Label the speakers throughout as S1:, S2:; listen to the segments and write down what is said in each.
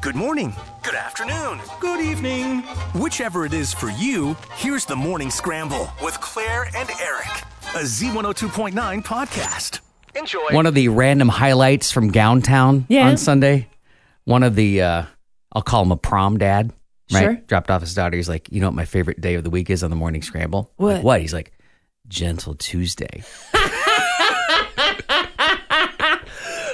S1: Good morning. Good afternoon. Good evening. Whichever it is for you, here's the Morning Scramble with Claire and Eric, a Z102.9 podcast. Enjoy.
S2: one of the random highlights from downtown
S3: Yeah.
S2: on Sunday. One of the, uh, I'll call him a prom dad. Right?
S3: Sure.
S2: Dropped off his daughter. He's like, you know what my favorite day of the week is on the morning scramble? I'm like,
S3: What?
S2: what? He's like, Gentle Tuesday.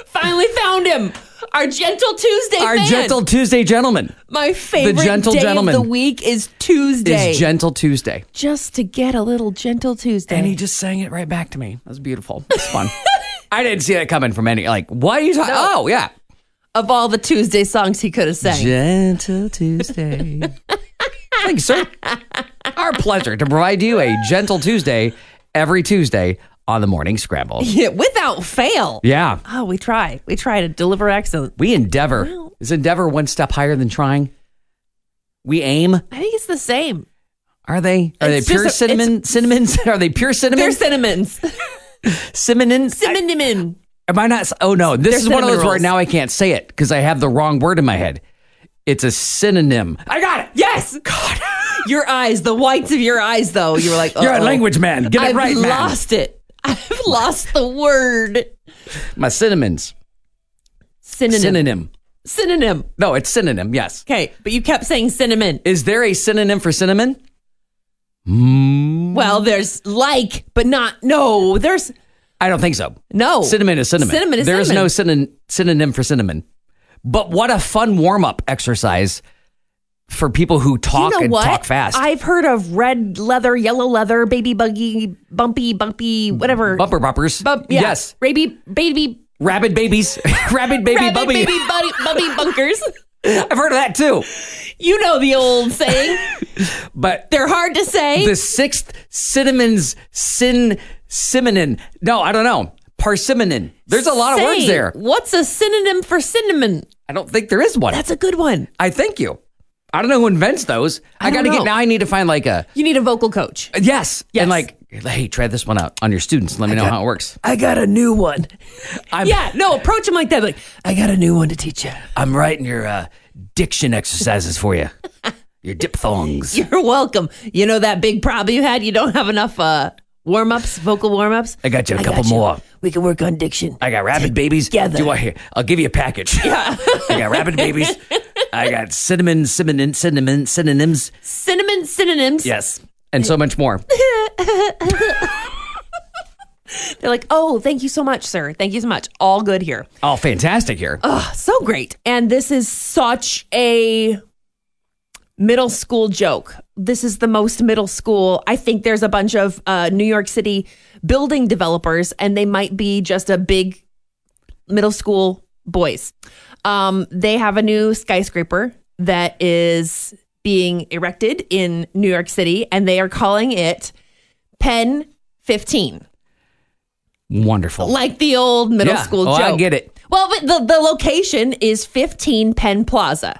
S3: Finally found him. Our gentle Tuesday
S2: Our
S3: fan.
S2: Gentle Tuesday gentleman
S3: My favorite
S2: gentle
S3: day
S2: gentleman
S3: of the week is Tuesday.
S2: is Gentle Tuesday.
S3: Just to get a little gentle Tuesday.
S2: And he just sang it right back to me. That was beautiful. It's fun. I didn't see that coming from any. Like, what are you talking? Oh, yeah.
S3: of all the Tuesday songs he could have sang.
S2: Gentle Tuesday. Thanks, sir. Our pleasure to provide you a gentle Tuesday every Tuesday on the morning scramble.
S3: Yeah, Without fail.
S2: Yeah.
S3: Oh, we try. We try to deliver excellence.
S2: We endeavor. Is endeavor one step higher than trying? We aim.
S3: I think it's the same.
S2: Are they? Are
S3: It's
S2: they pure
S3: just a-
S2: cinnamon? Cinnamons? Are they pure
S3: They're
S2: cinnamon?
S3: cinnamons.
S2: Cinnamon?
S3: Cinnamon.
S2: Am I not? Oh no! This
S3: They're
S2: is one of
S3: cinnamon
S2: those where
S3: rolls.
S2: now I can't say it because I have the wrong word in my head. It's a synonym. I got it.
S3: Yes. God. Your eyes, the whites of your eyes, though. You were like,
S2: You're a
S3: "Uh-oh."
S2: language man. Get it
S3: I've
S2: right, man.
S3: lost it. I've lost the word.
S2: My synonyms.
S3: Synonym.
S2: Synonym.
S3: Synonym.
S2: No, it's synonym. Yes.
S3: Okay, but you kept saying cinnamon.
S2: Is there a synonym for cinnamon? Mm,
S3: Well, there's like, but not no. There's
S2: I don't think so.
S3: no
S2: Cinnamon is cinnamon.
S3: Oh. Cinnamon is
S2: There is
S3: cinnamon.
S2: no synon- synonym for cinnamon. But what a fun warm up exercise for people who talk
S3: you know
S2: and
S3: what?
S2: talk fast.
S3: I've heard of red leather, yellow leather, baby buggy, bumpy, bumpy, whatever.
S2: Bumper boppers.
S3: Bump, yeah.
S2: Yes.
S3: Baby, baby,
S2: Rabbit babies. Rabbit baby
S3: rabbit,
S2: bubby.
S3: baby, buddy, bumpy bunkers.
S2: I've heard of that too.
S3: You know the old saying.
S2: But
S3: They're hard to say.
S2: the sixth cinnamon's sin simonin. No, I don't know. Parsimmonin. There's a lot of words
S3: Say,
S2: there.
S3: What's a synonym for cinnamon?
S2: I don't think there is one.
S3: That's a good one.
S2: I thank you. I don't know who invents those. I,
S3: I don't
S2: got to get
S3: know.
S2: now. I need to find like a
S3: You need a vocal coach.
S2: yes,
S3: Yes.
S2: and like hey, try this one out on your students. Let me know how it works.
S3: I got a new one.
S2: I'm,
S3: Yeah, no, approach him like that. Like, I got a new one to teach you.
S2: I'm writing your uh, diction exercises for you. Your diphthongs.
S3: You're welcome. You know that big problem you had? You don't have enough uh, warm ups, vocal warm ups?
S2: I got you a couple
S3: got you.
S2: more.
S3: We can work on diction.
S2: I got rabid babies.
S3: Together.
S2: Do I? Here, I'll give you a package. Yeah. I got rabid babies. I got cinnamon, cinnamon, cinnamon, synonyms.
S3: Cinnamon synonyms.
S2: Yes, and so much more.
S3: They're like, oh, thank you so much, sir. Thank you so much. All good here.
S2: Oh, fantastic here.
S3: Ah, so great. And this is such a middle school joke. This is the most middle school. I think there's a bunch of uh, New York City building developers, and they might be just a big middle school boys. Um, they have a new skyscraper that is being erected in New York City, and they are calling it Penn 15,
S2: Wonderful.
S3: like the old middle
S2: Yeah.
S3: school
S2: Oh,
S3: joke.
S2: I get it.
S3: Well, but the, the location is 15 Penn Plaza.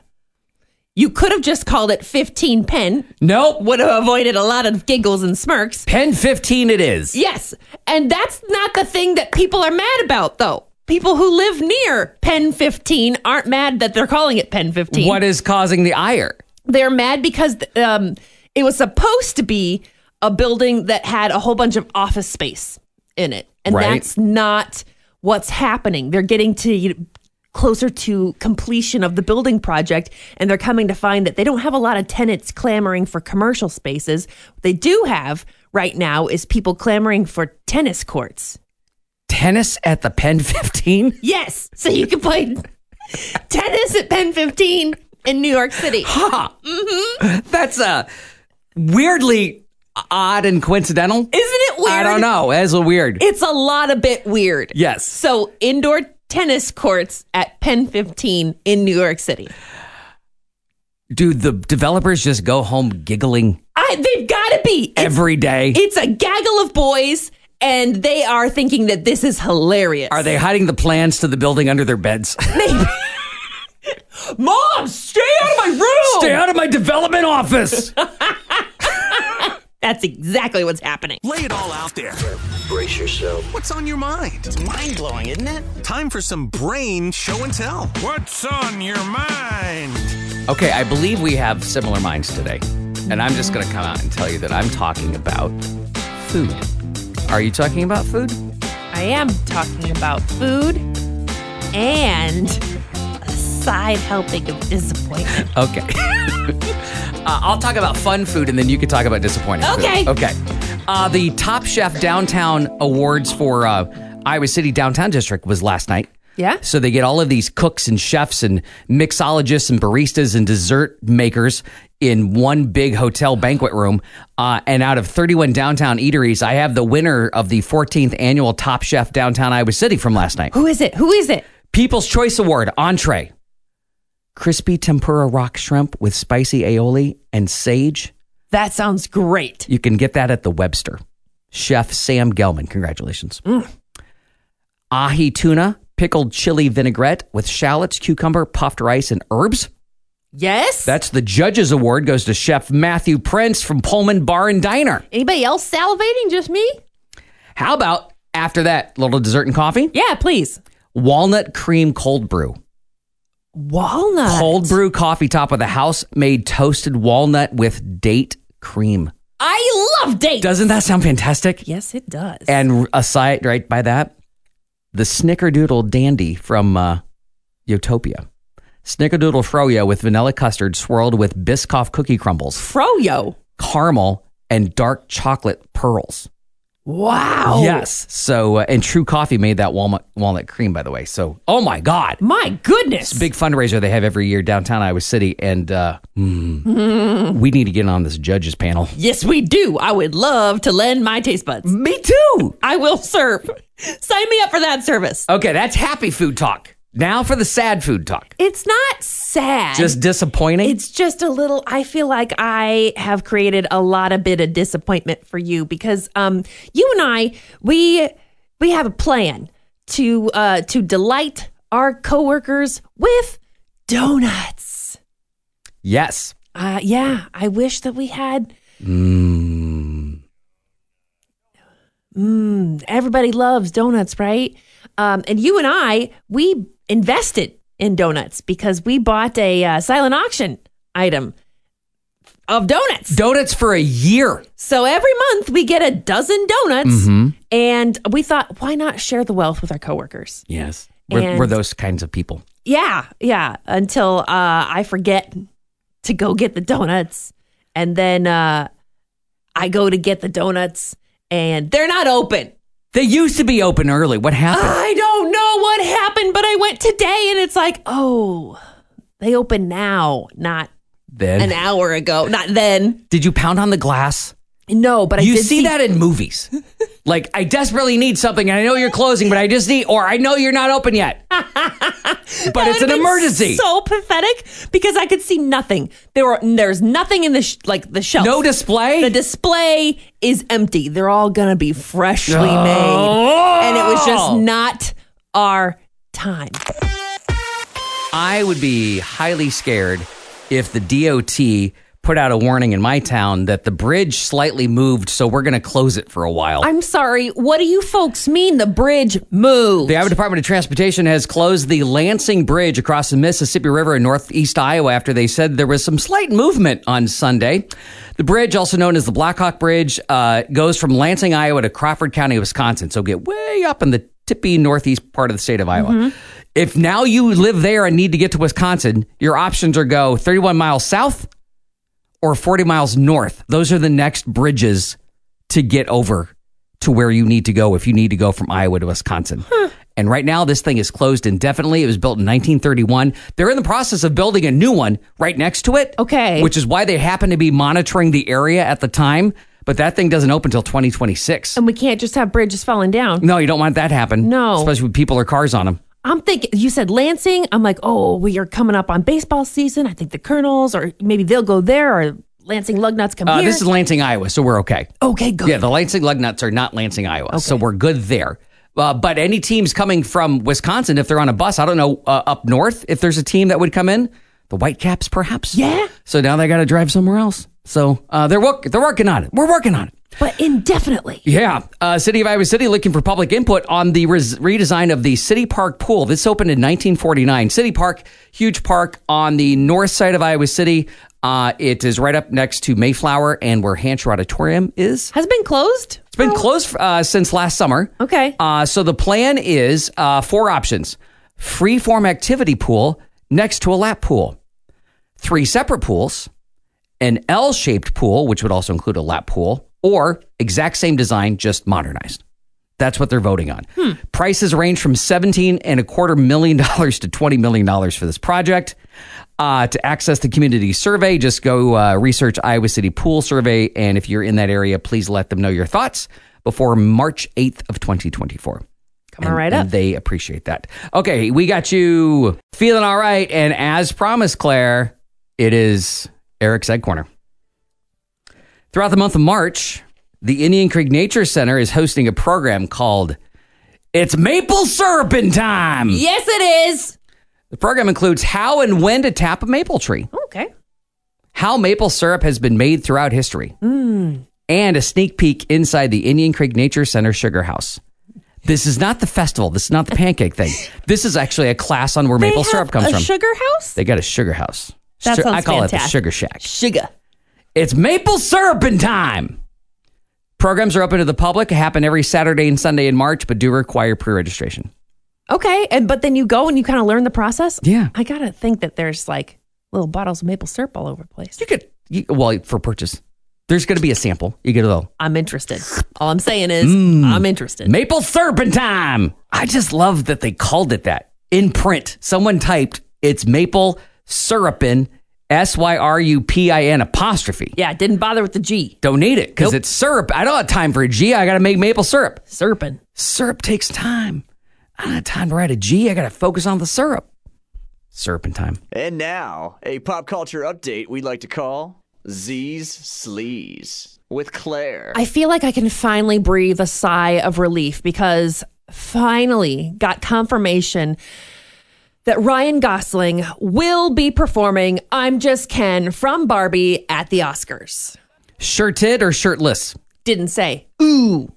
S3: You could have just called it 15 Penn,
S2: Nope.
S3: would have avoided a lot of giggles and smirks.
S2: Pen fifteen. It is.
S3: Yes, and that's not the thing that people are mad about, though. People who live near Penn 15 aren't mad that they're calling it Penn 15.
S2: What is causing the ire?
S3: They're mad because um, it was supposed to be a building that had a whole bunch of office space in it. And
S2: Right.
S3: that's not what's happening. They're getting to you know, closer to completion of the building project, and they're coming to find that they don't have a lot of tenants clamoring for commercial spaces. What they do have right now is people clamoring for tennis courts.
S2: tennis at the Penn 15?
S3: Yes, so you can play tennis at Penn 15 in New York City. Mm-hmm.
S2: That's uh, weirdly odd and coincidental. Isn't
S3: it weird?
S2: I don't know. That's a weird.
S3: It's a lot a bit weird.
S2: Yes.
S3: So indoor tennis courts at Penn 15 in New York City.
S2: Do the developers just go home giggling
S3: I they've got to be. It's,
S2: every day?
S3: it's a gaggle of boys and they are thinking that this is hilarious.
S2: Are they hiding the plans to the building under their beds?
S3: Mom, stay out of my room.
S2: Stay out of my development office.
S3: That's exactly what's happening.
S1: Lay it all out there.
S4: Brace yourself.
S1: What's on your mind?
S4: It's mind blowing, isn't it?
S1: Time for some brain show and tell. What's on your mind?
S2: Okay, I believe we have similar minds today. And I'm just going to come out and tell you that I'm talking about food. Are you talking about food?
S3: I am talking about food and a side helping of disappointment.
S2: Okay. uh, I'll talk about fun food and then you can talk about disappointing food.
S3: Okay.
S2: Okay. Uh, the Top Chef Downtown Awards for uh, Iowa City Downtown District was last night.
S3: Yeah.
S2: So they get all of these cooks and chefs and mixologists and baristas and dessert makers in one big hotel banquet room. Uh, and out of 31 downtown eateries, I have the winner of the 14th annual Top Chef Downtown Iowa City from last night.
S3: Who is it? Who is it?
S2: People's Choice Award, entree. Crispy tempura rock shrimp with spicy aioli and sage.
S3: That sounds great.
S2: You can get that at the Webster. Chef Sam Gelman, congratulations. Ahi tuna, pickled chili vinaigrette with shallots, cucumber, puffed rice, and herbs.
S3: Yes?
S2: That's the judges' award goes to Chef Matthew Prince from Pullman Bar and Diner.
S3: Anybody else salivating? Just me?
S2: How about after that, little dessert and coffee?
S3: Yeah, please.
S2: Walnut cream cold brew.
S3: Walnut.
S2: Cold brew coffee top with a house made toasted walnut with date cream.
S3: I love dates.
S2: Doesn't that sound fantastic?
S3: yes, it does.
S2: And aside right by that, the snickerdoodle dandy from uh, Utopia. Snickerdoodle froyo with vanilla custard swirled with Biscoff cookie crumbles,
S3: Froyo.
S2: caramel, and dark chocolate pearls.
S3: Wow.
S2: Yes. So, uh, and True Coffee made that walnut, walnut cream, by the way. So, oh my God.
S3: My goodness.
S2: big fundraiser they have every year downtown Iowa City, and uh, mm,
S3: Hmm.
S2: we need to get on this judges panel.
S3: yes, we do. I would love to lend my taste buds.
S2: Me too.
S3: I will serve. Sign me up for that service.
S2: Okay, that's happy food talk. Now for the sad food talk.
S3: It's not sad.
S2: Just disappointing.
S3: it's just a little I feel like I have created a lot of bit of disappointment for you because um you and I we we have a plan to uh to delight our coworkers with donuts.
S2: yes.
S3: Uh yeah, I wish that we had
S2: Hmm.
S3: Mm, everybody loves donuts, right? Um, and you and I, we invested in donuts because we bought a uh, silent auction item of donuts.
S2: Donuts for a year.
S3: So every month we get a dozen donuts,
S2: Mm-hmm.
S3: and we thought, why not share the wealth with our coworkers?
S2: Yes. We're,
S3: And-
S2: we're those kinds of people.
S3: Yeah, yeah. Until uh, I forget to go get the donuts, and then uh, I go to get the donuts, and they're not open.
S2: They used to be open early. What happened?
S3: I don't know what happened, but I went today and it's like, oh, they open now, not an
S2: then
S3: hour ago, not then.
S2: did you pound on the glass?
S3: No, but I
S2: you
S3: did
S2: see, that in movies. like I desperately need something, and I know you're closing, but I just need, or I know you're not open yet. but it's an
S3: It's
S2: emergency.
S3: So pathetic because I could see nothing. There were there's nothing in the sh- like the shelf.
S2: no display.
S3: The display is empty. They're all gonna be freshly
S2: Oh.
S3: made, and it was just not our time.
S2: I would be highly scared if the DOT put out a warning in my town that the bridge slightly moved, so we're going to close it for a while.
S3: I'm sorry. What do you folks mean? The bridge moved.
S2: the Iowa Department of Transportation has closed the Lansing Bridge across the Mississippi River in northeast Iowa after they said there was some slight movement on Sunday. The bridge, also known as the Blackhawk Bridge, uh, goes from Lansing, Iowa to Crawford County, Wisconsin. So get way up in the tippy northeast part of the state of Iowa. If now you live there and need to get to Wisconsin, your options are go 31 miles south or 40 miles north. Those are the next bridges to get over to where you need to go if you need to go from Iowa to Wisconsin. And right now, this thing is closed indefinitely. It was built in 1931. They're in the process of building a new one right next to it.
S3: Okay.
S2: Which is why they happen to be monitoring the area at the time. But that thing doesn't open until 2026.
S3: and we can't just have bridges falling down.
S2: No, you don't want that to happen.
S3: Um, No.
S2: Especially with people or cars on them.
S3: I'm thinking you said Lansing. I'm like, oh, we are coming up on baseball season. I think the Colonels, or maybe they'll go there, or Lansing Lugnuts come
S2: Uh,
S3: here.
S2: this is Lansing, Iowa, so we're okay.
S3: okay, good.
S2: Yeah, the Lansing Lugnuts are not Lansing, Iowa. So we're good there. Uh, but any teams coming from Wisconsin, if they're on a bus, I don't know, uh, up north, if there's a team that would come in, the Whitecaps perhaps.
S3: Yeah.
S2: So now they got to drive somewhere else. So uh, they're work they're working on it. We're working on it.
S3: but indefinitely.
S2: Yeah, uh, City of Iowa City looking for public input on the res- redesign of the City Park pool. This opened in 1949. City Park, huge park on the north side of Iowa City. Uh, it is right up next to Mayflower and where Hancher Auditorium is.
S3: Has it been closed? Oh,
S2: It's been closed uh, since last summer.
S3: Okay.
S2: Uh, so the plan is uh, four options: free form activity pool next to a lap pool, three separate pools, an L-shaped pool, which would also include a lap pool, or exact same design just modernized. That's what they're voting on. Prices range from seventeen and a quarter million dollars to twenty million dollars for this project. Uh, to access the community survey, just go uh, research Iowa City Pool Survey, and if you're in that area, please let them know your thoughts before March eighth of twenty twenty four.
S3: Coming right
S2: and
S3: up.
S2: They appreciate that. Okay, we got you feeling all right, and as promised, Claire, it is Eric's Egg Corner. Throughout the month of March, the Indian Creek Nature Center is hosting a program called "It's Maple Syrup in Time."
S3: yes, it is.
S2: The program includes how and when to tap a maple tree,
S3: Oh, Okay.
S2: how maple syrup has been made throughout history,
S3: Hmm.
S2: and a sneak peek inside the Indian Creek Nature Center sugar house. This is not the festival. This is not the pancake thing. This is actually a class on where maple
S3: They
S2: syrup
S3: have
S2: comes
S3: a
S2: from.
S3: Sugar house.
S2: they got a sugar house.
S3: That
S2: Su- I
S3: sounds
S2: call it the
S3: fantastic.
S2: sugar shack.
S3: Sugar.
S2: It's maple syrup in time. Programs are open to the public. Happen every Saturday and Sunday in March, but do require pre-registration.
S3: Okay, and but then you go and you kind of learn the process.
S2: Yeah.
S3: I gotta think that there's like little bottles of maple syrup all over the place.
S2: You could, you, well, for purchase, there's going to be a sample. You get a little.
S3: I'm interested. All I'm saying is
S2: Mm.
S3: I'm interested.
S2: Maple Serpentine. I just love that they called it that in print. Someone typed it's maple syrupin, S Y R U P I N apostrophe.
S3: yeah, didn't bother with the G.
S2: Don't need it because
S3: Nope.
S2: it's syrup. I don't have time for a G. I got to make maple syrup.
S3: Serpent.
S2: Syrup takes time. I don't have time to write a G. I got to focus on the syrup. Serpentine.
S5: And now, a pop culture update we'd like to call Z's Sleaze with Claire.
S3: I feel like I can finally breathe a sigh of relief because finally got confirmation that Ryan Gosling will be performing I'm Just Ken from Barbie at the Oscars.
S2: Shirted or shirtless? Uh,
S3: Didn't say.
S2: Ooh.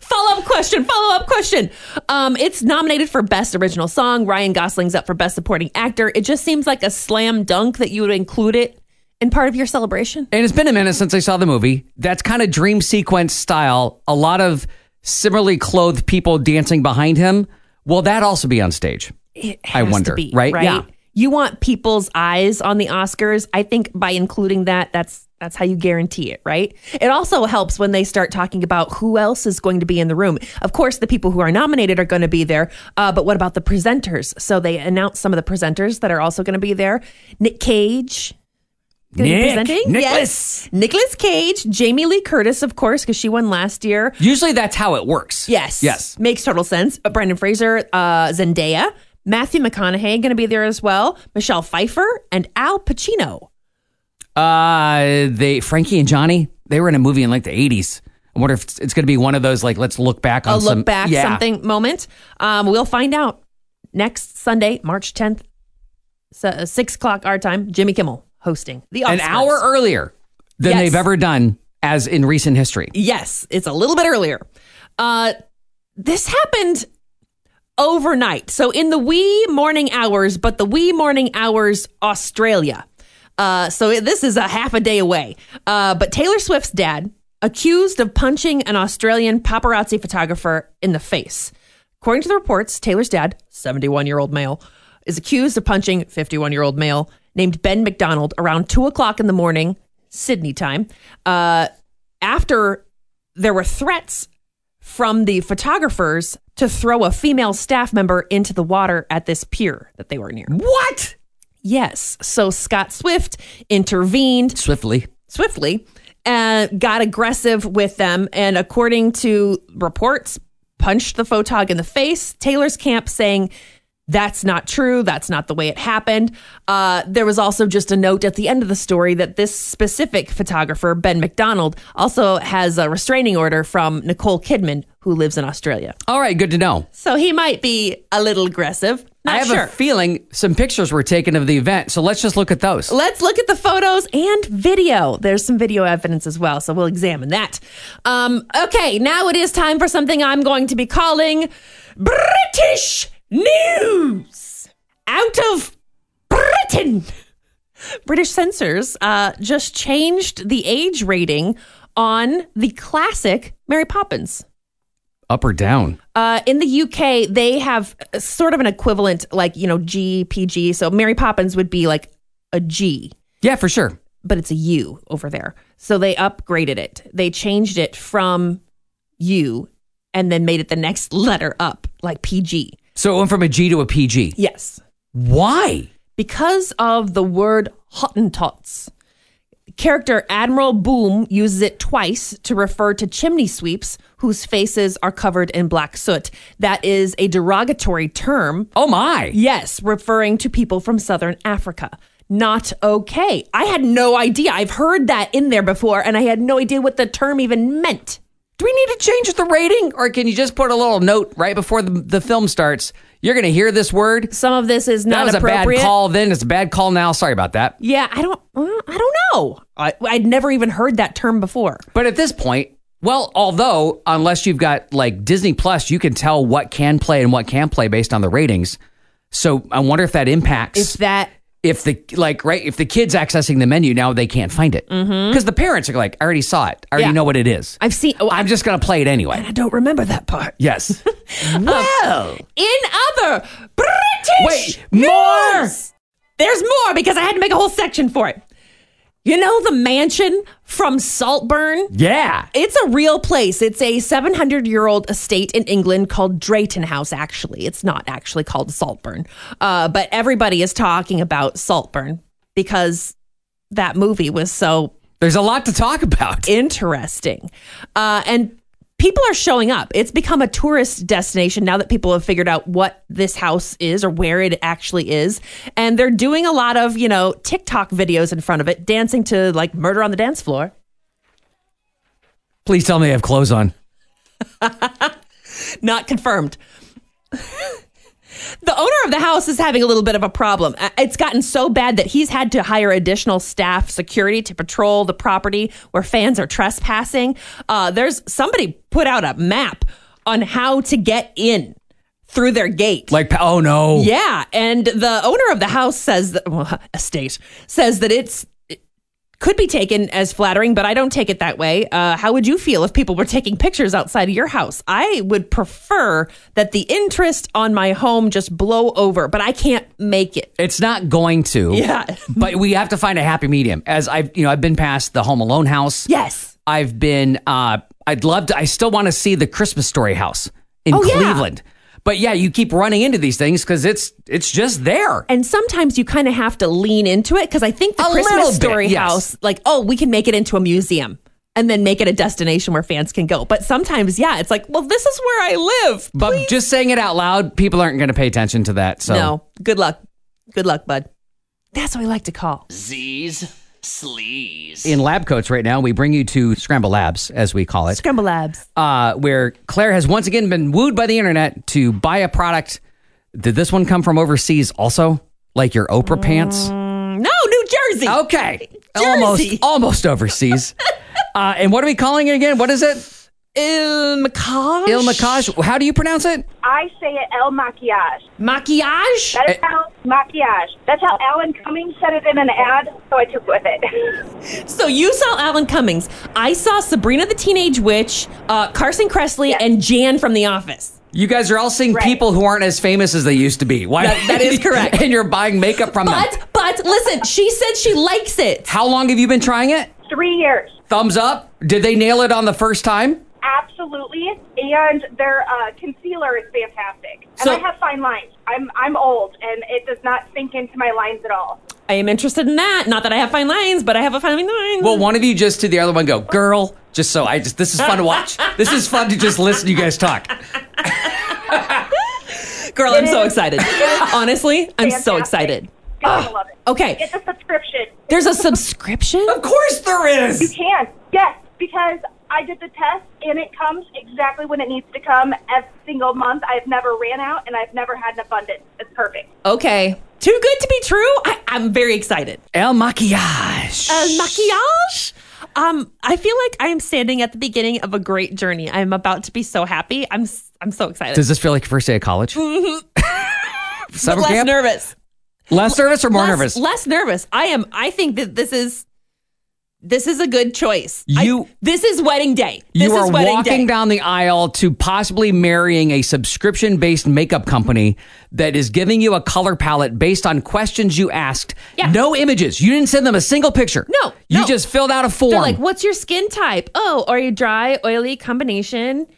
S3: Follow up question, follow up question. Um, it's nominated for Best Original Song. Ryan Gosling's up for Best Supporting Actor. It just seems like a slam dunk that you would include it in part of your celebration.
S2: And it's been a minute since I saw the movie. That's kind of dream sequence style. A lot of similarly clothed people dancing behind him. Will that also be on stage?
S3: It
S2: I
S3: has
S2: wonder,
S3: to be,
S2: right? Yeah.
S3: You want people's eyes on the Oscars. I think by including that, that's that's how you guarantee it, right? It also helps when they start talking about who else is going to be in the room. Of course, the people who are nominated are going to be there, uh, but what about the presenters? So they announce some of the presenters that are also going to be there. Nick Cage. gonna be
S2: Nick.
S3: presenting.
S2: Nicholas.
S3: Yes. Nicholas Cage, Jamie Lee Curtis, of course, because she won last year.
S2: Usually that's how it works.
S3: Yes.
S2: Yes.
S3: Makes total sense. But Brendan Fraser, uh, Zendaya, Matthew McConaughey going to be there as well, Michelle Pfeiffer, and Al Pacino.
S2: Uh, they Frankie and Johnny, they were in a movie in like the 80s. I wonder if it's, going to be one of those like let's look back on
S3: A
S2: some
S3: look back
S2: yeah.
S3: something moment. Um, we'll find out next Sunday, March 10th, so, uh, 6 o'clock our time. Jimmy Kimmel hosting the Oscars.
S2: an hour earlier than
S3: Yes.
S2: they've ever done as in recent history.
S3: Yes, it's a little bit earlier. Uh, this happened overnight. So in the wee morning hours, but the wee morning hours, Australia. Uh, so it- this is a half a day away. Uh, but Taylor Swift's dad accused of punching an Australian paparazzi photographer in the face. According to the reports, Taylor's dad, 71 year old male, is accused of punching 51 year old male named Ben McDonald around 2 o'clock in the morning, Sydney time, uh, after there were threats from the photographers to throw a female staff member into the water at this pier that they were near.
S2: What?
S3: Yes. So Scott Swift intervened
S2: Swiftly.
S3: swiftly and got aggressive with them. And according to reports, punched the photog in the face. Taylor's camp saying that's not true. That's not the way it happened. Uh, there was also just a note at the end of the story that this specific photographer, Ben McDonald, also has a restraining order from Nicole Kidman, who lives in Australia.
S2: All right, good to know.
S3: So he might be a little aggressive. Not
S2: I have
S3: sure.
S2: a feeling some pictures were taken of the event, so let's just look at those.
S3: Let's look at the photos and video. There's some video evidence as well, so we'll examine that. Um, okay, now it is time for something I'm going to be calling British News out of Britain. British censors uh, just changed the age rating on the classic Mary Poppins.
S2: Up or down?
S3: Uh, in the UK, they have uh, sort of an equivalent, like, you know, G, PG. So Mary Poppins would be like a G
S2: Yeah, for sure.
S3: but it's a U over there. So they upgraded it. They changed it from U and then made it the next letter up, like PG.
S2: So it went from a G to a PG.
S3: Yes.
S2: Why?
S3: Because of the word Hottentots. Character Admiral Boom uses it twice to refer to chimney sweeps whose faces are covered in black soot. That is a derogatory term
S2: Oh my.
S3: Yes, referring to people from Southern Africa. Not okay. I had no idea. I've heard that in there before, and I had no idea what the term even meant.
S2: Do we need to change the rating, or can you just put a little note right before the, the film starts? You're going to hear this word.
S3: Some of this is
S2: That
S3: not
S2: was a bad
S3: appropriate.
S2: call then. It's a bad call now. Sorry about that.
S3: Yeah, I don't. well, I don't know. I, I'd never even heard that term before.
S2: But at this point, well, although unless you've got like Disney Plus, you can tell what can play and what can't play based on the ratings. So I wonder if that impacts
S3: If that
S2: if the like right if the kids accessing the menu now they can't find it because the parents are like, I already saw it. I already
S3: Mm-hmm. Yeah.
S2: know what it is.
S3: I've seen. Oh, I,
S2: I'm just gonna play it anyway.
S3: I don't remember that part.
S2: Yes.
S3: Well, in other British
S2: Wait, more!
S3: news, there's more because I had to make a whole section for it. You know the mansion from Saltburn.
S2: yeah.
S3: It's a real place. It's a 700 year old estate in England called Drayton House, actually. It's not actually called Saltburn, uh, but everybody is talking about Saltburn because that movie was so
S2: There's a lot to talk about.
S3: interesting. Uh, and people are showing up. It's become a tourist destination now that people have figured out what this house is or where it actually is. And they're doing a lot of, you know, TikTok videos in front of it, dancing to like murder on the dance floor.
S2: Please tell me they have clothes on.
S3: not confirmed. the owner of the house is having a little bit of a problem. Uh, It's gotten so bad that he's had to hire additional staff security to patrol the property where fans are trespassing. Uh, there's somebody put out a map on how to get in through their gate.
S2: Like oh no.
S3: Yeah, and the owner of the house says that well, estate says that it's it could be taken as flattering, but I don't take it that way. Uh, how would you feel if people were taking pictures outside of your house? I would prefer that the interest on my home just blow over, but I can't make it.
S2: It's not going to.
S3: Yeah.
S2: But we have to find a happy medium. As I've you know, I've been past the Home Alone house.
S3: Yes.
S2: I've been uh I'd love to I still want to see the Christmas story house in
S3: Oh, yeah.
S2: Cleveland. But yeah, you keep running into these things because it's it's just there.
S3: And sometimes you kind of have to lean into it because I think the
S2: A little
S3: Christmas
S2: bit,
S3: Story
S2: yes.
S3: House, like, oh, we can make it into a museum and then make it a destination where fans can go. But sometimes, yeah, it's like, well, this is where I live.
S2: But just saying it out loud, people aren't gonna pay attention to that. So
S3: No. Good luck. Good luck, bud. That's what we like to call.
S5: Z's sleaze.
S2: in lab coats right now, we bring you to Scramble Labs, as we call it.
S3: Scramble Labs.
S2: uh, where Claire has once again been wooed by the internet to buy a product. Did this one come from overseas also? Like your Oprah pants?
S3: Um, No, New Jersey.
S2: Okay.
S3: Mm. Jersey.
S2: Almost almost overseas. uh, and what are we calling it again? What is it?
S3: Ilmacage.
S2: Il Macage. How do you pronounce it?
S6: I say it El Maquillage.
S3: Maquillage.
S6: That is how maquillage. That's how Alan Cumming said it in an ad, so I took with it.
S3: So you saw Alan Cummings. I saw Sabrina the Teenage Witch, uh, Carson Kressley, and Jan from The Office.
S2: You guys are all seeing
S6: Right.
S2: people who aren't as famous as they used to be. Why?
S3: That- that is correct.
S2: and you're buying makeup from them.
S3: But, but listen, she said she likes it.
S2: How long have you been trying it?
S6: Three years,
S2: Thumbs up. Did they nail it on the first time?
S6: absolutely. And their uh, concealer is fantastic. And
S3: So-
S6: I have fine lines. I'm I'm old, and it does not sink into my lines at all.
S3: I am interested in that. Not that I have fine lines, but I have a fine line.
S2: Well, one of you just to the other one go, girl. Just so I just this is fun to watch. This is fun to just listen to you guys talk.
S3: girl, I'm so excited. Honestly, I'm so
S6: Fantastic.
S3: excited.
S6: I love it.
S3: Okay.
S6: It's a subscription.
S3: There's a subscription.
S2: Of course there
S6: You
S2: is.
S6: can. Yes, because I did the test, and it comes exactly when it needs to come every single month. I've never ran out, and I've never had an abundance. It's perfect.
S3: Okay. Too good to be true. I, I'm very excited.
S2: El Maquillage.
S3: Uh, maquillage. Um, I feel like I am standing at the beginning of a great journey. I am about to be so happy. I'm s- I'm so excited.
S2: Does this feel like your first day of college?
S3: But
S2: Summer
S3: Mm-hmm. less
S2: camp?
S3: nervous.
S2: less nervous or more
S3: less,
S2: nervous?
S3: Less nervous. I am. I think that this is this is a good choice. I-
S2: You-
S3: this is wedding day. This
S2: you are
S3: is wedding
S2: walking
S3: day.
S2: down the aisle to possibly marrying a subscription based makeup company that is giving you a color palette based on questions you asked.
S3: Yeah.
S2: No images. You didn't send them a single picture.
S3: No,
S2: You
S3: no.
S2: just filled out a form.
S3: They're like, what's your skin type? Oh, are you dry, oily combination?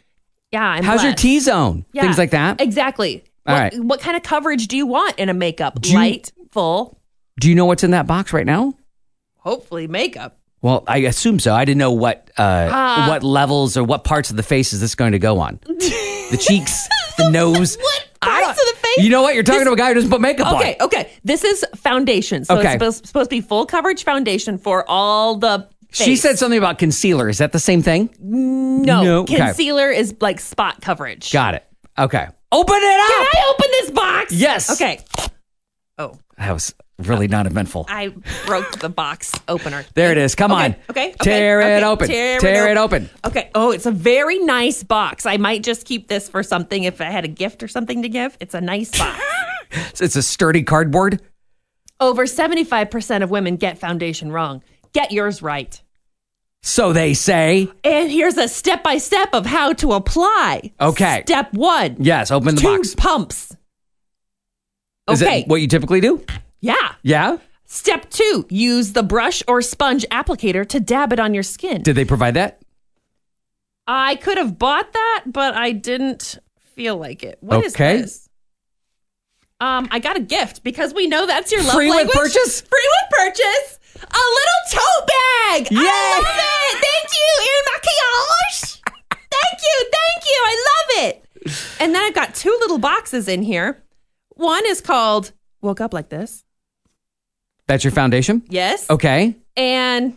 S3: Yeah, I'm
S2: How's your
S3: blessed.
S2: T zone?
S3: Yeah,
S2: Things like that.
S3: Exactly.
S2: All
S3: what,
S2: right.
S3: what kind of coverage do you want in a makeup?
S2: Do you-
S3: Light, full,
S2: Do you know what's in that box right now?
S3: hopefully makeup.
S2: Well, I assume so. I didn't know what uh,
S3: Ah.
S2: what levels or what parts of the face is this going to go on. the cheeks, the nose.
S3: What
S2: I
S3: parts
S2: don't-
S3: of the face?
S2: You know what? You're talking to a guy who doesn't put makeup on.
S3: Okay, okay. This is foundation. So
S2: Okay.
S3: it's supposed, supposed to be full coverage foundation for all the.
S2: She
S3: face.
S2: said something about concealer. Is that the same thing?
S3: no.
S2: no, okay.
S3: Concealer is like spot coverage.
S2: Got it. Okay. Open it up.
S3: Can I open this box?
S2: Yes.
S3: Okay. Oh,
S2: That was really not eventful.
S3: I broke the box opener.
S2: There it is. Come
S3: Okay,
S2: on.
S3: okay, okay,
S2: Tear it
S3: okay.
S2: open.
S3: Tear it
S2: it
S3: open.
S2: open.
S3: Okay. Oh, it's a very nice box. I might just keep this for something if I had a gift or something to give. It's a nice box.
S2: It's a sturdy cardboard.
S3: Over 75% of women get foundation wrong. Get yours right.
S2: So they say.
S3: And here's a step by step of how to apply.
S2: Okay.
S3: Step one.
S2: Yes. Open the
S3: two
S2: box.
S3: pumps.
S2: Is
S3: Okay.
S2: it what you typically do?
S3: yeah.
S2: Yeah.
S3: Step two. Use the brush or sponge applicator to dab it on your skin.
S2: Did they provide that?
S3: I could have bought that, but I didn't feel like it. What is
S2: Okay.
S3: this? Um, I got a gift because we know that's your love
S2: Free with
S3: language.
S2: purchase?
S3: Free with purchase. A little tote bag. I
S2: Yay!
S3: love it. Thank you, Erin Maquillage. thank you, thank you. I love it. And then I've got two little boxes in here. One is called "Woke Up Like This."
S2: That's your foundation.
S3: Yes.
S2: Okay.
S3: And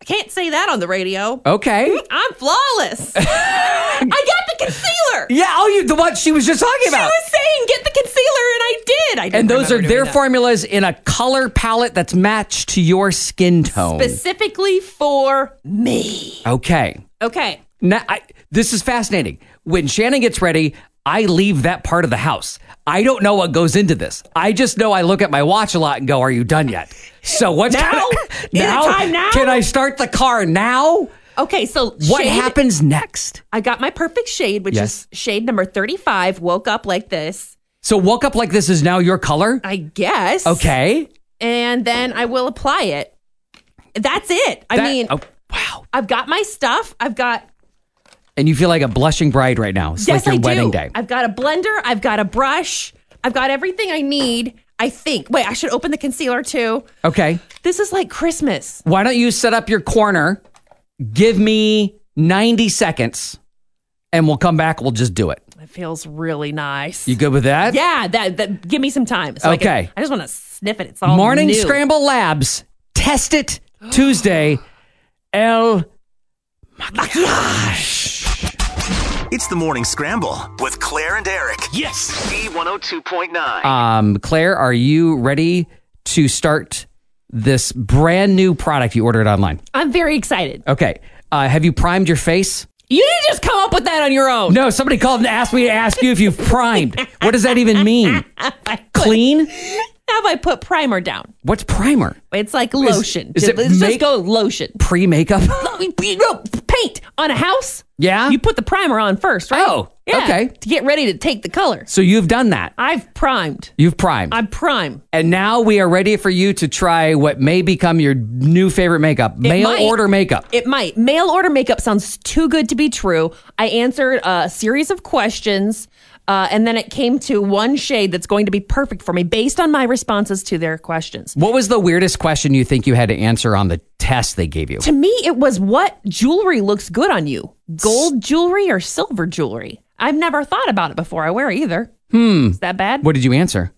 S3: I can't say that on the
S2: Oh.
S3: radio.
S2: Okay.
S3: I'm flawless. I got the concealer.
S2: Yeah. Oh, you the what she was just talking
S3: I
S2: about.
S3: was saying get the concealer, and I did. I didn't
S2: and those are
S3: remember
S2: their
S3: doing that.
S2: formulas in a color palette that's matched to your skin tone.
S3: specifically for me.
S2: okay.
S3: Okay.
S2: Now, I, this is fascinating. When Shannon gets ready, I leave that part of the house. I don't know what goes into this. I just know I look at my watch a lot and go, "Are you done yet?" So what?
S3: Now?
S2: Can I,
S3: Is it time now?
S2: Can I start the car now?
S3: Okay. So
S2: What
S3: shade-
S2: happens next?
S3: I got my perfect shade, which
S2: Yes.
S3: is shade number thirty-five. Woke up like this,
S2: So woke up like this is now your color.
S3: I guess.
S2: Okay.
S3: And then I will apply it. That's it. I
S2: That-
S3: mean,
S2: oh, wow.
S3: I've got my stuff. I've got.
S2: And you feel like a blushing bride right now. It's
S3: yes,
S2: like your
S3: I
S2: wedding
S3: do.
S2: day.
S3: I've got a blender. I've got a brush. I've got everything I need. I think. Wait, I should open the concealer too.
S2: okay.
S3: This is like Christmas.
S2: Why don't you set up your corner? Give me 90 seconds and we'll come back. We'll just do it.
S3: It feels really nice.
S2: You good with that?
S3: yeah, that, that give me some time. So I can- I,
S2: Okay.
S3: just want to sniff it. It's all
S2: Morning
S3: new.
S2: Scramble Labs. Test it Tuesday. L.
S1: It's the Morning Scramble with Claire and Eric.
S5: Yes.
S1: B102.9.
S2: Um, Claire, are you ready to start this brand new product you ordered online?
S3: I'm very excited.
S2: Okay. Uh, have you primed your face?
S3: You didn't just come up with that on your own.
S2: No, somebody called and asked me to ask you if you've primed. What does that even mean? Clean?
S3: Have I put primer down?
S2: What's primer?
S3: It's like lotion.
S2: is
S3: Just-
S2: it
S3: let's
S2: make-
S3: just go lotion.
S2: Pre makeup?
S3: No, you- you know, Paint on a house.
S2: Yeah?
S3: You put the primer on first, right?
S2: Oh,
S3: Yeah,
S2: okay.
S3: To get ready to take the color.
S2: So you've done that.
S3: I've primed.
S2: You've primed.
S3: I'm prime.
S2: and now we are ready for you to try what may become your new favorite makeup mail
S3: might.
S2: order makeup.
S3: It might. Mail order makeup sounds too good to be true. I answered a series of questions, uh, and then it came to one shade that's going to be perfect for me based on my responses to their questions.
S2: What was the weirdest question you think you had to answer on the test they gave you?
S3: To me, it was what jewelry looks good on you gold jewelry or silver jewelry? I've never thought about it before. I wear either. Hmm. Is that bad?
S2: What did you answer?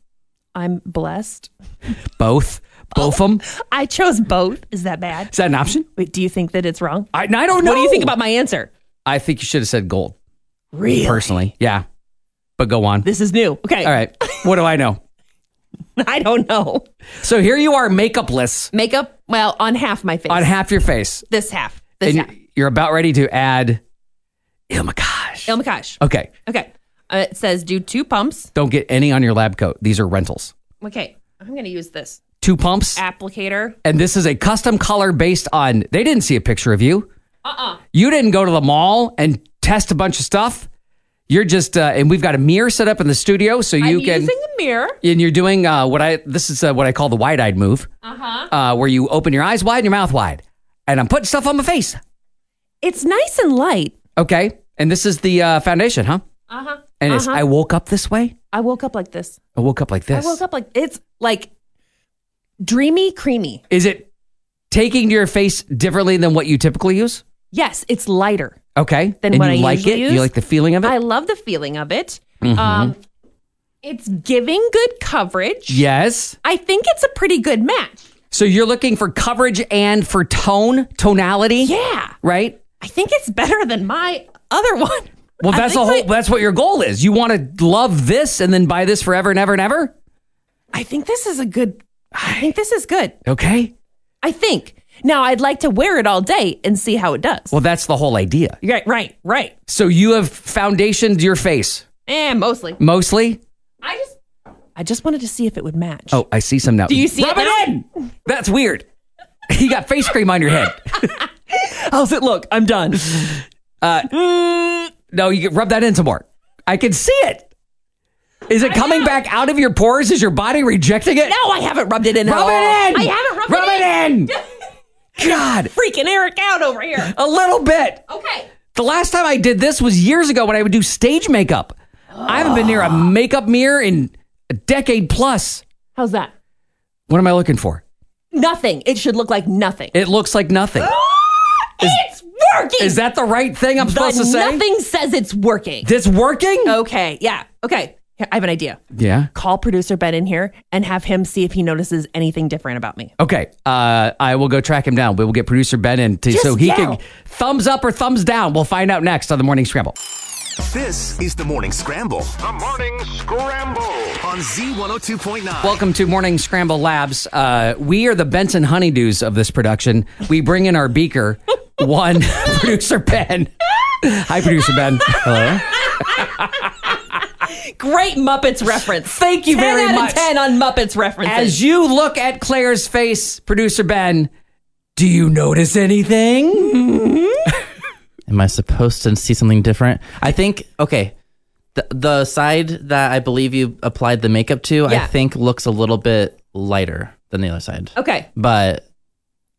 S3: I'm blessed.
S2: Both. Both of them.
S3: I chose both. Is that bad?
S2: Is that an option?
S3: Wait, do you think that it's wrong?
S2: I, I don't know.
S3: What do you think about my answer?
S2: I think you should have said gold,
S3: Really?
S2: personally. Yeah. But go on.
S3: This is new. Okay.
S2: All right. What do I know?
S3: I don't know.
S2: So here you are, makeupless
S3: Makeup, well, on half my face.
S2: on half your face.
S3: this half. This half.
S2: And you're about ready to add. Oh my gosh.
S3: Oh my gosh.
S2: Okay.
S3: Okay. Uh, it says do two pumps.
S2: Don't get any on your lab coat. These are rentals.
S3: Okay. I'm going to use this
S2: Two pumps.
S3: Ah. applicator.
S2: And this is a custom color based on, they didn't see a picture of you.
S3: Uh-uh.
S2: Uh uh You didn't go to the mall and test a bunch of stuff. You're just, uh, and we've got a mirror set up in the studio so you
S3: I'm
S2: can.
S3: using the mirror.
S2: and you're doing uh, what I this is uh, what I call the wide eyed move, uh-huh. where you open your eyes wide and your mouth wide, and I'm putting stuff on my face.
S3: It's nice and light.
S2: Okay, and this is the uh, foundation, huh? Uh huh. And it's
S3: Uh-huh.
S2: I woke up this way.
S3: I woke up like this.
S2: I woke up like this.
S3: I woke up like it's like dreamy, creamy.
S2: Is it taking to your face differently than what you typically use?
S3: Yes, it's lighter.
S2: Okay,
S3: Than
S2: and
S3: what
S2: you
S3: I
S2: like
S3: usually
S2: it.
S3: use?
S2: You like the feeling of it.
S3: I love the feeling of it.
S2: Mm-hmm.
S3: Um, it's giving good coverage.
S2: yes.
S3: I think it's a pretty good match.
S2: So you're looking for coverage and for tone, tonality.
S3: Yeah,
S2: Right.
S3: I think it's better than my other one.
S2: Well,
S3: I
S2: that's the
S3: think
S2: whole.
S3: my-
S2: that's what your goal is. You want to love this and then buy this forever and ever and ever.
S3: I think this is a good. I think this is good.
S2: Okay.
S3: I think now I'd like to wear it all day and see how it does.
S2: Well, that's the whole idea.
S3: right, right, right.
S2: So you have foundationed your face
S3: And Eh, mostly,
S2: mostly.
S3: I just, I just wanted to see if it would match.
S2: Oh, I see some now. Do
S3: you see
S2: Rub
S3: it
S2: it, in. That's weird. you got face cream on your head.
S3: how's Oh, it look? I'm done. Uh, mm,
S2: No, you can rub that in some more. I can see it. Is it coming back out of your pores? Is your body rejecting it?
S3: No, I haven't rubbed it in. at
S2: Rub
S3: all.
S2: it in.
S3: I haven't rubbed
S2: rub
S3: it,
S2: in. God,
S3: Freaking Eric out over here.
S2: a little bit.
S3: Okay.
S2: The last time I did this was years ago when I would do stage makeup. I haven't been near
S3: Ah.
S2: a makeup mirror in a decade plus.
S3: How's that?
S2: What am I looking for?
S3: Nothing. It should look like nothing.
S2: It looks like nothing.
S3: it's working.
S2: Is that the right thing I'm
S3: the
S2: supposed to say?
S3: nothing Oh. says it's working.
S2: This working?
S3: Okay. Yeah. Okay. Here, I have an idea.
S2: Yeah.
S3: Call producer Ben in here and have him see if he notices anything different about me.
S2: Okay. Uh, I will go track him down. We will get producer Ben in to, so he
S3: yell.
S2: can thumbs up or thumbs down. We'll find out next on the Morning Scramble.
S1: This is the Morning Scramble
S7: The Morning Scramble.
S1: on Z102.9.
S2: Welcome to Morning Scramble Labs. Uh, we are the Benson Honeydews of this production. We bring in our beaker, one producer Ben. Hi, producer Ben. Hello.
S3: Great Muppets reference.
S2: Thank you
S3: 10
S2: very
S3: out
S2: much.
S3: Of 10 on Muppets references.
S2: As you look at Claire's face, producer Ben, do you notice anything?
S8: Am I supposed to see something different? I think okay. The, the side that I believe you applied the makeup to,
S3: Yeah.
S8: I think looks a little bit lighter than the other side.
S3: okay.
S8: But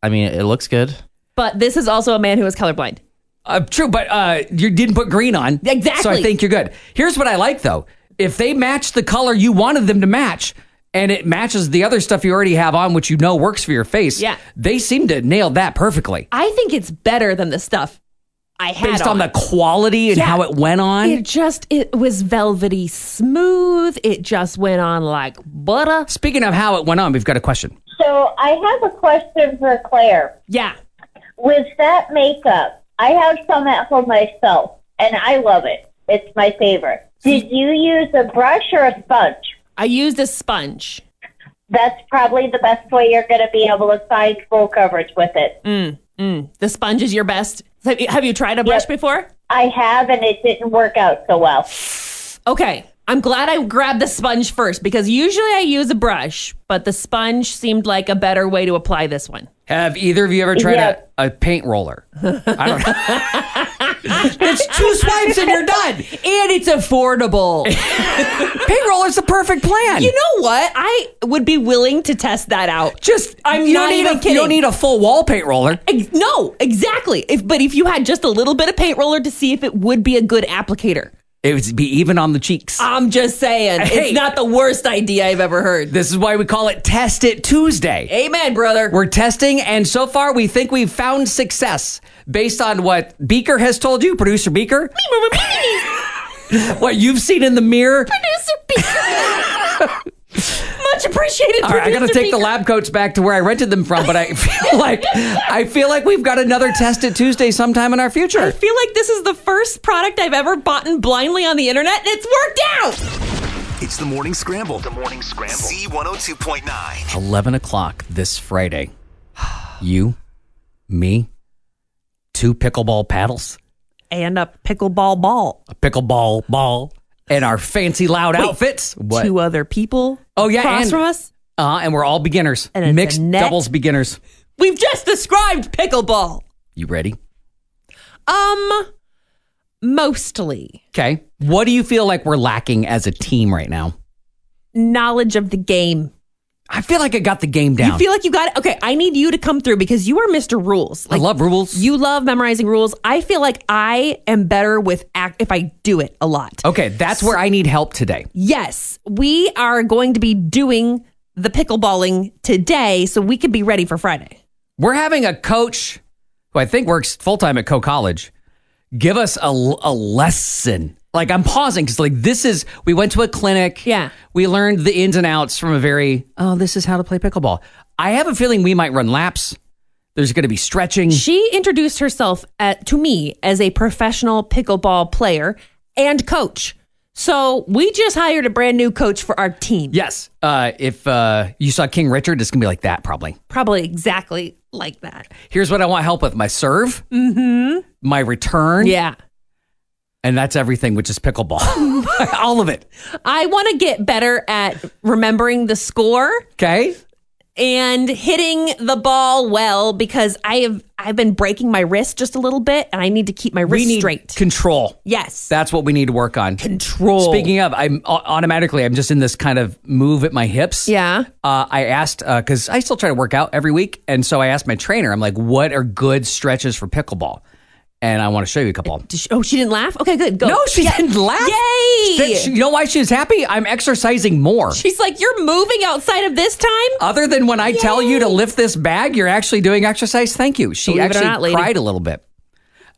S8: I mean, it looks good.
S3: But this is also a man who is colorblind.
S2: Uh, true, but uh, you didn't put green on.
S3: Exactly.
S2: So I think you're good. Here's what I like though: if they match the color you wanted them to match, and it matches the other stuff you already have on, which you know works for your face.
S3: Yeah.
S2: They seem to nail that perfectly
S3: I think it's better than the stuff I had
S2: based on the quality and
S3: Yeah.
S2: how it went on.
S3: It just it was velvety smooth. It just went on like butter.
S2: Speaking of how it went on, we've got a question.
S9: So I have a question for Claire.
S3: Yeah.
S9: With that makeup, I have some at home myself, and I love it. It's my favorite. Did you use a brush or a sponge?
S3: I used a sponge.
S9: That's probably the best way you're going to be able to find full coverage with it.
S3: The sponge is your best. Have you, have you tried a brush
S9: Yep.
S3: before?
S9: I have, and it didn't work out so well.
S3: Okay. I'm glad I grabbed the sponge first because usually I use a brush, but the sponge seemed like a better way to apply this one.
S2: Have either of you ever tried
S9: Yeah.
S2: a, a paint roller? I don't know. it's two swipes and you're done.
S3: And it's affordable.
S2: Paint roller's the perfect plan.
S3: you know what? I would be willing to test that out.
S2: just
S3: I'm
S2: you
S3: not
S2: don't need
S3: even
S2: a, You
S3: kidding.
S2: don't need a full wall paint roller.
S3: Ex- no, exactly. If but if you had just a little bit of paint roller to see if it would be a good applicator.
S2: It would be even on the cheeks.
S3: I'm just saying,
S2: Hey.
S3: it's not the worst idea I've ever heard.
S2: This is why we call it Test It Tuesday.
S3: Amen, brother.
S2: We're testing, and so far we think we've found success based on what Beaker has told you, producer Beaker, what you've seen in the mirror.
S3: Producer Beaker. Much appreciated.
S2: All right, I gotta
S3: producer
S2: take the
S3: Pete.
S2: lab coats back to where I rented them from, but I feel like I feel like we've got another test at Tuesday sometime in our future.
S3: I feel like this is the first product I've ever bought in blindly on the internet, and it's worked out.
S1: It's the morning scramble. oh The morning scramble. Z102.9.
S2: Eleven o'clock this Friday. You, me, two pickleball paddles,
S3: And a pickleball ball.
S2: a pickleball ball, and our fancy loud outfits. What?
S3: Two other people.
S2: Oh, yeah,
S3: across
S2: and-
S3: from us.
S2: Uh, and we're all beginners,
S3: And it's a
S2: mixed
S3: net.
S2: doubles beginners.
S3: We've just described pickleball.
S2: You ready?
S3: Um, mostly
S2: Okay. What do you feel like we're lacking as a team right now?
S3: knowledge of the game.
S2: I feel like I got the game down.
S3: You feel like you got it. Okay, I need you to come through because you are Mr. Rules. Like
S2: I love rules.
S3: you love memorizing rules. I feel like I am better with act if I do it a lot.
S2: okay, that's where I need help today.
S3: Yes, we are going to be doing the pickleballing today, so we could be ready for Friday.
S2: We're having a coach who I think works full time at Co College give us a, a lesson. Like I'm pausing because like this is we went to a clinic.
S3: Yeah.
S2: we learned the ins and outs from a very oh this is how to play pickleball. I have a feeling we might run laps. There's going to be stretching.
S3: She introduced herself at, to me as a professional pickleball player and coach. So we just hired a brand new coach for our team.
S2: Yes, uh, if uh, you saw King Richard, it's going to be like that probably.
S3: Probably exactly like that.
S2: Here's what I want help with: my serve, mm-hmm. my return,
S3: Yeah.
S2: and that's everything, which is pickleball, all of it.
S3: I want to get better at remembering the score
S2: Okay,
S3: and hitting the ball well because I have I've been breaking my wrist just a little bit and I need to keep my
S2: we
S3: wrist
S2: need
S3: straight.
S2: control.
S3: yes.
S2: That's what we need to work on.
S3: Control.
S2: Speaking of, I'm au- automatically I'm just in this kind of move at my hips.
S3: Yeah.
S2: Uh, I asked because I still try to work out every week, and so I asked my trainer. I'm like, "What are good stretches for pickleball?" And I want to show you a couple.
S3: Did she- oh, she didn't laugh? Okay, good. Go.
S2: No, she
S3: Yeah.
S2: didn't laugh.
S3: Yay!
S2: She- you know why she was happy? I'm exercising more.
S3: She's like, you're moving outside of this time?
S2: Other than when I tell you to lift this bag, you're actually doing exercise. Thank you. She
S3: Believe it or
S2: actually
S3: not, lady.
S2: cried a little bit.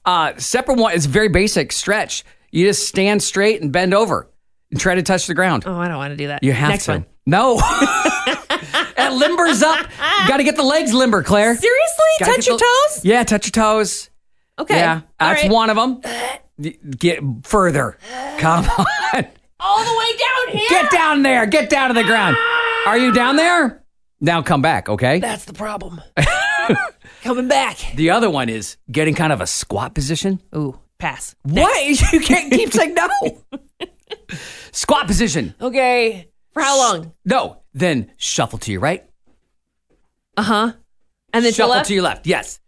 S2: Uh, separate one is very basic stretch. You just stand straight and bend over and try to touch the ground.
S3: Oh, I don't want to do that.
S2: You have
S3: Next
S2: to.
S3: One.
S2: No. that limbers up. You got to get the legs limber, Claire.
S3: Seriously?
S2: Gotta
S3: Touch
S2: get
S3: your
S2: the-
S3: toes?
S2: Yeah, touch your toes.
S3: Okay.
S2: Yeah,
S3: All
S2: that's
S3: right.
S2: one of them. Get further. Come on.
S3: All the way down here.
S2: Get down there. Get down to the ground. Are you down there? Now come back, okay?
S3: That's the problem. Coming back.
S2: The other one is getting kind of a squat position.
S3: Ooh, pass.
S2: What? You can't keep saying no. squat position.
S3: Okay. For how long?
S2: No. Then shuffle to your right.
S3: Uh huh. And then to
S2: shuffle
S3: left?
S2: to your left. Yes,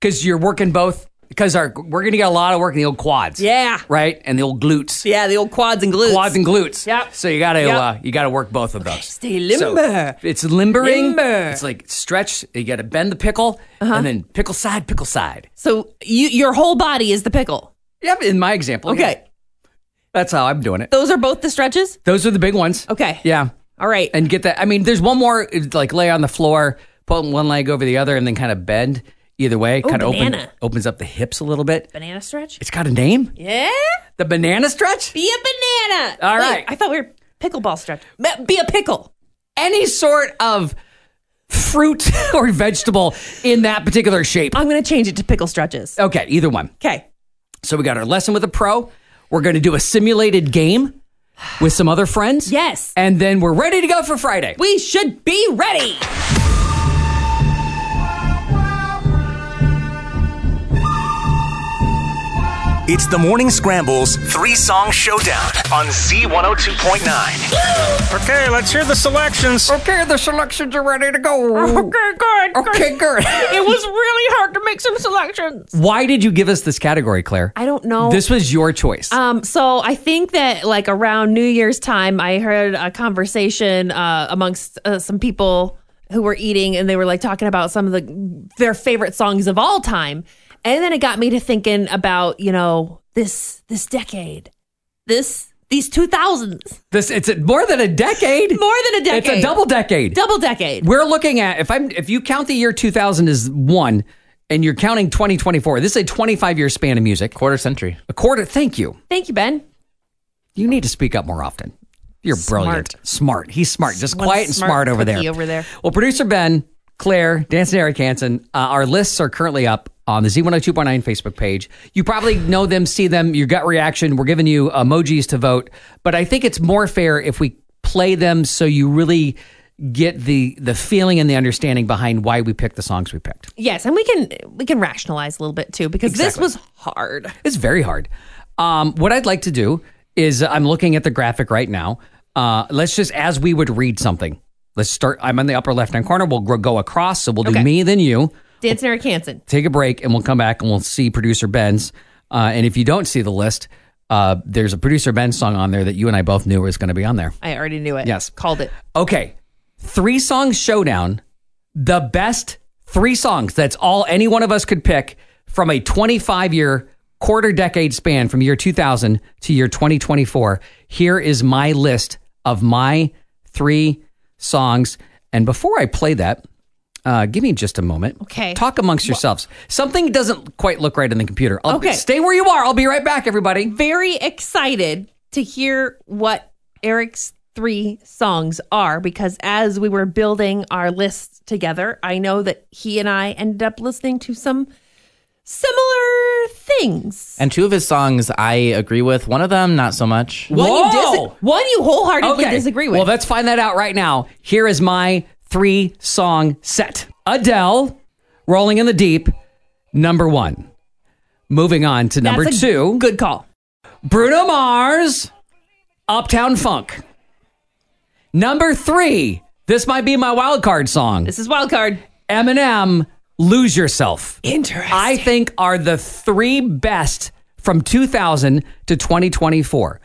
S2: because you're working both. Because our we're gonna get a lot of work in the old quads.
S3: Yeah.
S2: Right, and the old glutes,
S3: Yeah, the old quads and glutes.
S2: quads and glutes.
S3: Yep.
S2: So you gotta
S3: Yep.
S2: uh, you gotta work both of those.
S3: stay limber.
S2: So it's limbering.
S3: Limber. Uh-huh.
S2: It's like stretch. You gotta bend the pickle, and then pickle side, pickle side.
S3: So you, your whole body is the pickle.
S2: Yep. In my example.
S3: Okay.
S2: yeah. That's how I'm doing it.
S3: Those are both the stretches?
S2: Those are the big ones.
S3: Okay.
S2: Yeah.
S3: All right.
S2: and get that. I mean, there's one more it's like lay on the floor, put one leg over the other, and then kind of bend either way. kind of
S3: banana.
S2: opens up the hips a little bit.
S3: banana stretch?
S2: It's got a name.
S3: Yeah.
S2: The banana stretch.
S3: Be a banana.
S2: All
S3: All right.
S2: right.
S3: I thought we were pickleball stretch. Ma- Be a pickle.
S2: Any sort of fruit or vegetable in that particular shape.
S3: I'm going to change it to pickle stretches.
S2: Okay, either one.
S3: Okay.
S2: So we got our lesson with a pro. We're going to do a simulated game with some other friends.
S3: Yes.
S2: And then we're ready to go for Friday.
S3: We should be ready.
S1: It's the morning scrambles three song showdown on Z102.9.
S7: Okay, let's hear the selections.
S2: Okay, the selections are ready to go.
S3: good.
S2: Okay, good.
S3: It was really hard to make some selections.
S2: Why did you give us this category, Claire?
S3: I don't know.
S2: This was your choice.
S3: um, so I think that like around New Year's time, I heard a conversation uh, amongst uh, some people who were eating, and they were like talking about some of the their favorite songs of all time, and then it got me to thinking about you know this this decade, this these two thousands,
S2: this it's more than a decade.
S3: more than a decade,
S2: It's a double decade.
S3: double decade.
S2: We're looking at if I'm if you count the year 2000 as one, and you're counting 2024. This is a 25 year span of music.
S8: Quarter century.
S2: A quarter. Thank you.
S3: Thank you, Ben.
S2: You need to speak up more often. You're brilliant. Smart. He's smart. Just quiet and smart, over there.
S3: cookie over there.
S2: Well, producer Ben, Claire, Dance and Eric Hansen, uh, our lists are currently up on the Z102.9 Facebook page. You probably know them, see them, your gut reaction. We're giving you emojis to vote, but I think it's more fair if we play them so you really get the the feeling and the understanding behind why we picked the songs we picked.
S3: Yes, and we can we can rationalize a little bit too because this was hard.
S2: It's very hard. Um, what I'd like to do is I'm looking at the graphic right now. Uh, let's just, as we would read something, let's start. I'm on the upper left hand corner. We'll gr- go across. So we'll do
S3: Okay.
S2: me, then you.
S3: Dancing Eric Hansen.
S2: Take a break and we'll come back and we'll see producer Ben's. Uh, and if you don't see the list, uh, there's a producer Ben song on there that you and I both knew was going to be on there.
S3: I already knew it.
S2: Yes.
S3: called it.
S2: Okay. Three song showdown. The best three songs. That's all any one of us could pick from a 25 year, quarter decade span from year 2000 to year 2024. Here is my list of my three songs. And before I play that, uh, give me just a moment.
S3: Okay.
S2: Talk amongst yourselves. Something doesn't quite look right on the computer. I'll
S3: Okay.
S2: Stay where you are. I'll be right back, everybody.
S3: Very excited to hear what Eric's three songs are because as we were building our list together, I know that he and I ended up listening to some similar things.
S8: And two of his songs I agree with. One of them, not so much.
S3: One you,
S2: Whoa!
S3: dis- one you wholeheartedly disagree with.
S2: Well, let's find that out right now. Here is my three song set Adele, Rolling in the Deep, number one. Moving on to number
S3: That's a
S2: two,
S3: Good call.
S2: Bruno Mars, Uptown Funk. Number three, this might be my wild card song
S3: This is wild card.
S2: Eminem, Lose Yourself.
S3: Interesting.
S2: I think are the three best from 2000 to 2024.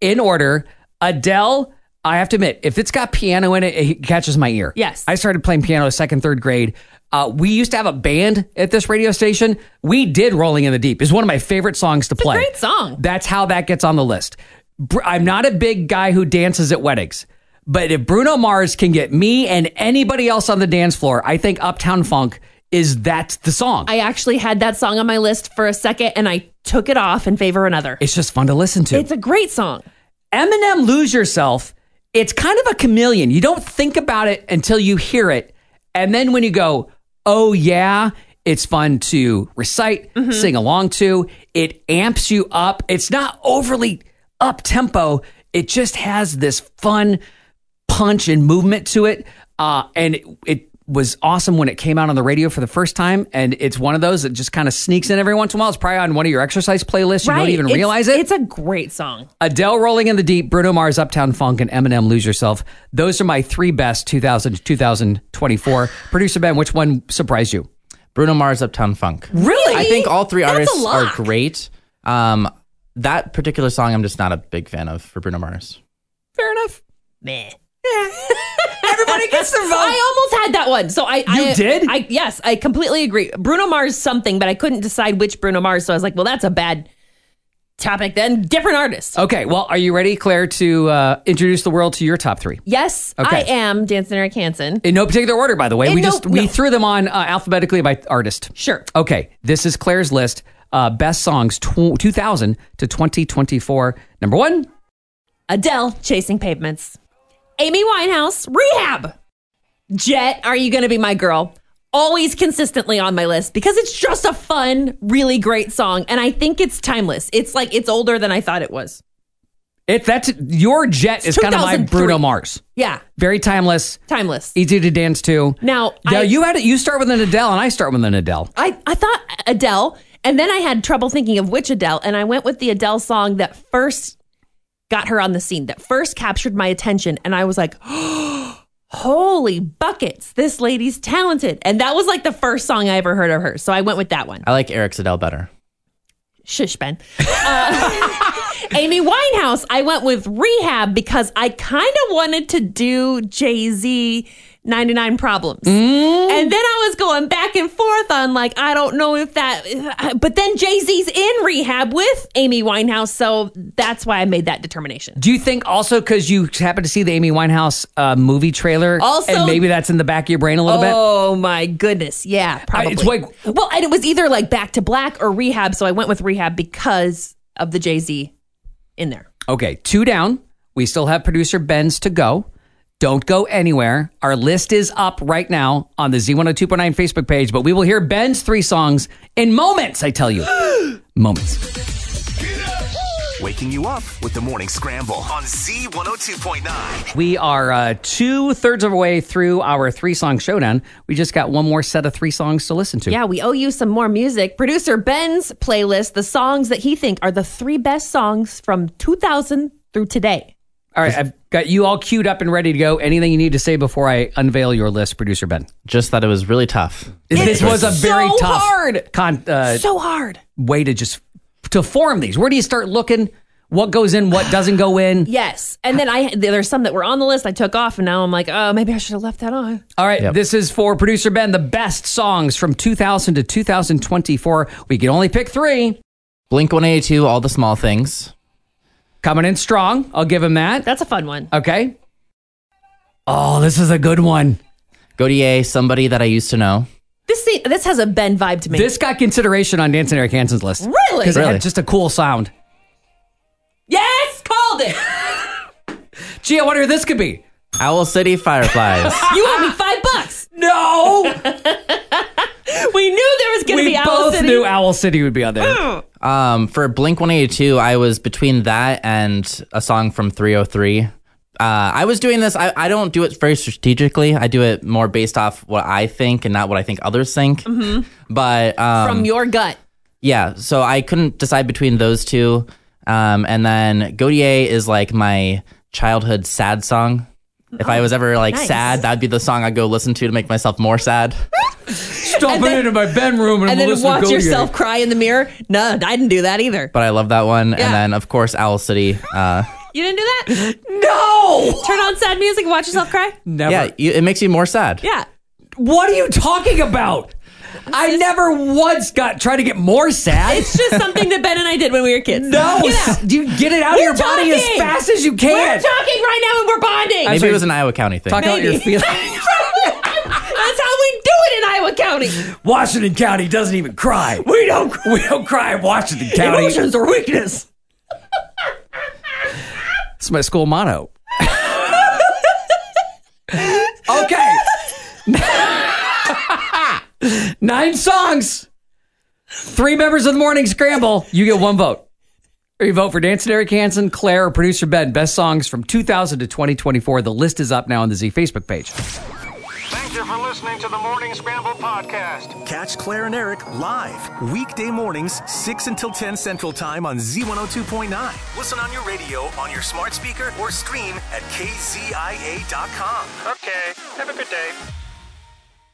S2: In order, Adele, I have to admit, if it's got piano in it, it catches my ear.
S3: Yes.
S2: I started playing piano second, third grade. Uh, we used to have a band at this radio station. We did Rolling in the Deep. It's one of my favorite songs to play.
S3: great song.
S2: That's how that gets on the list. Br- I'm not a big guy who dances at weddings, but if Bruno Mars can get me and anybody else on the dance floor, I think Uptown Funk is that the song.
S3: I actually had that song on my list for a second and I took it off in favor of another.
S2: It's just fun to listen to.
S3: It's a great song.
S2: Eminem Lose Yourself, it's kind of a chameleon. You don't think about it until you hear it. And then when you go, oh, yeah, it's fun to recite, sing along to. It amps you up. It's not overly up tempo, it just has this fun punch and movement to it. Uh, and it, it was awesome when it came out on the radio for the first time. And it's one of those that just kind of sneaks in every once in a while. It's probably on one of your exercise playlists. You don't even
S3: It's-
S2: realize it.
S3: It's a great song.
S2: Adele Rolling in the Deep, Bruno Mars Uptown Funk, and Eminem Lose Yourself. Those are my three best 2000 to 2024. Producer Ben, which one surprised you?
S8: Bruno Mars, Uptown Funk.
S2: Really?
S8: I think all three
S3: That's a
S8: artists are
S3: lot.
S8: great. Um, that particular song, I'm just not a big fan of for Bruno Mars.
S2: Fair enough.
S3: Meh.
S2: Everybody gets their vote.
S3: I almost had that one. So I You I,
S2: did?
S3: I yes, I completely agree. Bruno Mars something, but I couldn't decide which Bruno Mars, so I was like, well, that's a bad topic then. Different artist.
S2: Okay, well, are you ready, Claire, to uh, introduce the world to your top three?
S3: Yes,
S2: Okay.
S3: I am Dancing Eric Hansen.
S2: In no particular order, by the way.
S3: In
S2: we
S3: no-
S2: just we
S3: no.
S2: threw them on uh, alphabetically by artist.
S3: Sure.
S2: Okay, this is Claire's list. Uh, best songs tw- 2000 to 2024. Number one,
S3: Adele, Chasing Pavements. Amy Winehouse, Rehab. Jet, Are You Gonna Be My Girl? Always consistently on my list because it's just a fun, really great song. And I think it's timeless. It's like, it's older than I thought it was.
S2: it, that's your jet is kind of my
S3: 2003.
S2: Bruno Mars.
S3: Yeah,
S2: Very timeless.
S3: timeless.
S2: easy to dance to.
S3: Now,
S2: yeah,
S3: I-
S2: you had it. You start with an Adele, and I start with an Adele.
S3: I, I thought Adele, and then I had trouble thinking of which Adele. And I went with the Adele song that first got her on the scene, that first captured my attention. And I was like, holy buckets, this lady's talented. And that was like the first song I ever heard of her. So I went with that one.
S8: I like Eric's Adele better.
S3: Shush, Ben. Uh, Amy Winehouse, I went with Rehab because I kind of wanted to do Jay Z 99 Problems. And then I was going back and forth on, like, I don't know if that, but then Jay Z's in Rehab with Amy Winehouse. So that's why I made that determination.
S2: Do you think also because you happened to see the Amy Winehouse uh, movie trailer,
S3: Also-
S2: and maybe that's in the back of your brain a little bit?
S3: Oh my goodness. Yeah, probably.
S2: it's like-
S3: well, and it was either like Back to Black or Rehab. So I went with Rehab because of the Jay Z in there.
S2: Okay, two down. We still have producer Ben's to go. Don't go anywhere. Our list is up right now on the Z102.9 Facebook page, but we will hear Ben's three songs in moments, I tell you. moments.
S1: Waking you up with the morning scramble on Z102.9.
S2: We are uh, two thirds of the way through our three song showdown. We just got one more set of three songs to listen to.
S3: Yeah, we owe you some more music. Producer Ben's playlist, the songs that he think are the three best songs from 2000 through today.
S2: All right, I've got you all queued up and ready to go. Anything you need to say before I unveil your list, producer Ben?
S8: Just thought it was really tough.
S2: this was a very
S3: so
S2: tough
S3: hard.
S2: Con, uh,
S3: So hard.
S2: way to just to form these. Where do you start looking? What goes in? What doesn't go in?
S3: Yes. And then I there's some that were on the list I took off and now I'm like, "Oh, maybe I should have left that on."
S2: All right, this is for producer Ben. The best songs from 2000 to 2024. We can only pick three.
S8: Blink 182, all the small things.
S2: Coming in strong. I'll give him that.
S3: That's a fun one.
S2: Okay. Oh, this is a good one.
S8: Godier, somebody that I used to know.
S3: This se- this has a Ben vibe to me.
S2: This got consideration on Dancing Eric Hansen's list.
S3: Really?
S2: Because it
S8: Really?
S2: had just a cool sound.
S3: yes, called it.
S2: Gee, I wonder who this could be.
S8: Owl City Fireflies.
S3: You owe me 5 bucks.
S2: No!
S3: We knew there was going to
S2: we
S3: be Owl
S2: both
S3: City. Mm.
S2: knew Owl City would be on there.
S8: um, for Blink 182, I was between that and a song from 303. Uh, I was doing this, I, I don't do it very strategically. I do it more based off what I think and not what I think others think. But um,
S3: Mm-hmm. from your gut.
S8: yeah, so I couldn't decide between those two. Um, and then Godier is like my childhood sad song. If I was ever like
S3: Oh, nice.
S8: sad, that'd be the song I'd go listen to to make myself more sad.
S2: Stomping
S3: then-
S2: into my bedroom and,
S3: And
S2: I'm
S3: then
S2: listening to
S3: watch
S2: Godier.
S3: yourself cry in the mirror. No, I didn't do that either.
S8: But I love that one.
S3: Yeah.
S8: And then, of course, Owl City. Uh,
S3: You didn't do that?
S2: No!
S3: Turn on sad music and watch yourself cry?
S2: Never.
S8: yeah, you, it makes you more sad.
S3: Yeah.
S2: What are you talking about? I never once got tried to get more sad.
S3: It's just something that Ben and I did when we were kids.
S2: no,
S3: Get out.
S2: s- you get it out
S3: We're
S2: of your body as
S3: talking.
S2: fast as you
S3: We're
S2: can.
S3: talking right now and we're bonding.
S8: Maybe
S2: sorry.
S8: it was an Iowa County thing.
S2: Talk about your
S3: Maybe.
S2: feelings.
S3: That's how we do it in Iowa County.
S2: Washington County doesn't even cry. We don't. We don't cry in Washington County.
S3: Emotions are weakness.
S2: It's my school motto. okay. Nine songs. Three members of the morning scramble. You get one vote. Or you vote for Dancing Eric Hansen, Claire, or producer Ben. Best songs from 2000 to 2024. The list is up now on the Z Facebook page.
S7: Thank you for listening to the Morning Scramble podcast.
S1: Catch Claire and Eric live weekday mornings, 6 until 10 Central Time on Z102.9. Listen on your radio, on your smart speaker, or stream at KZIA.com.
S7: Okay, have a good day.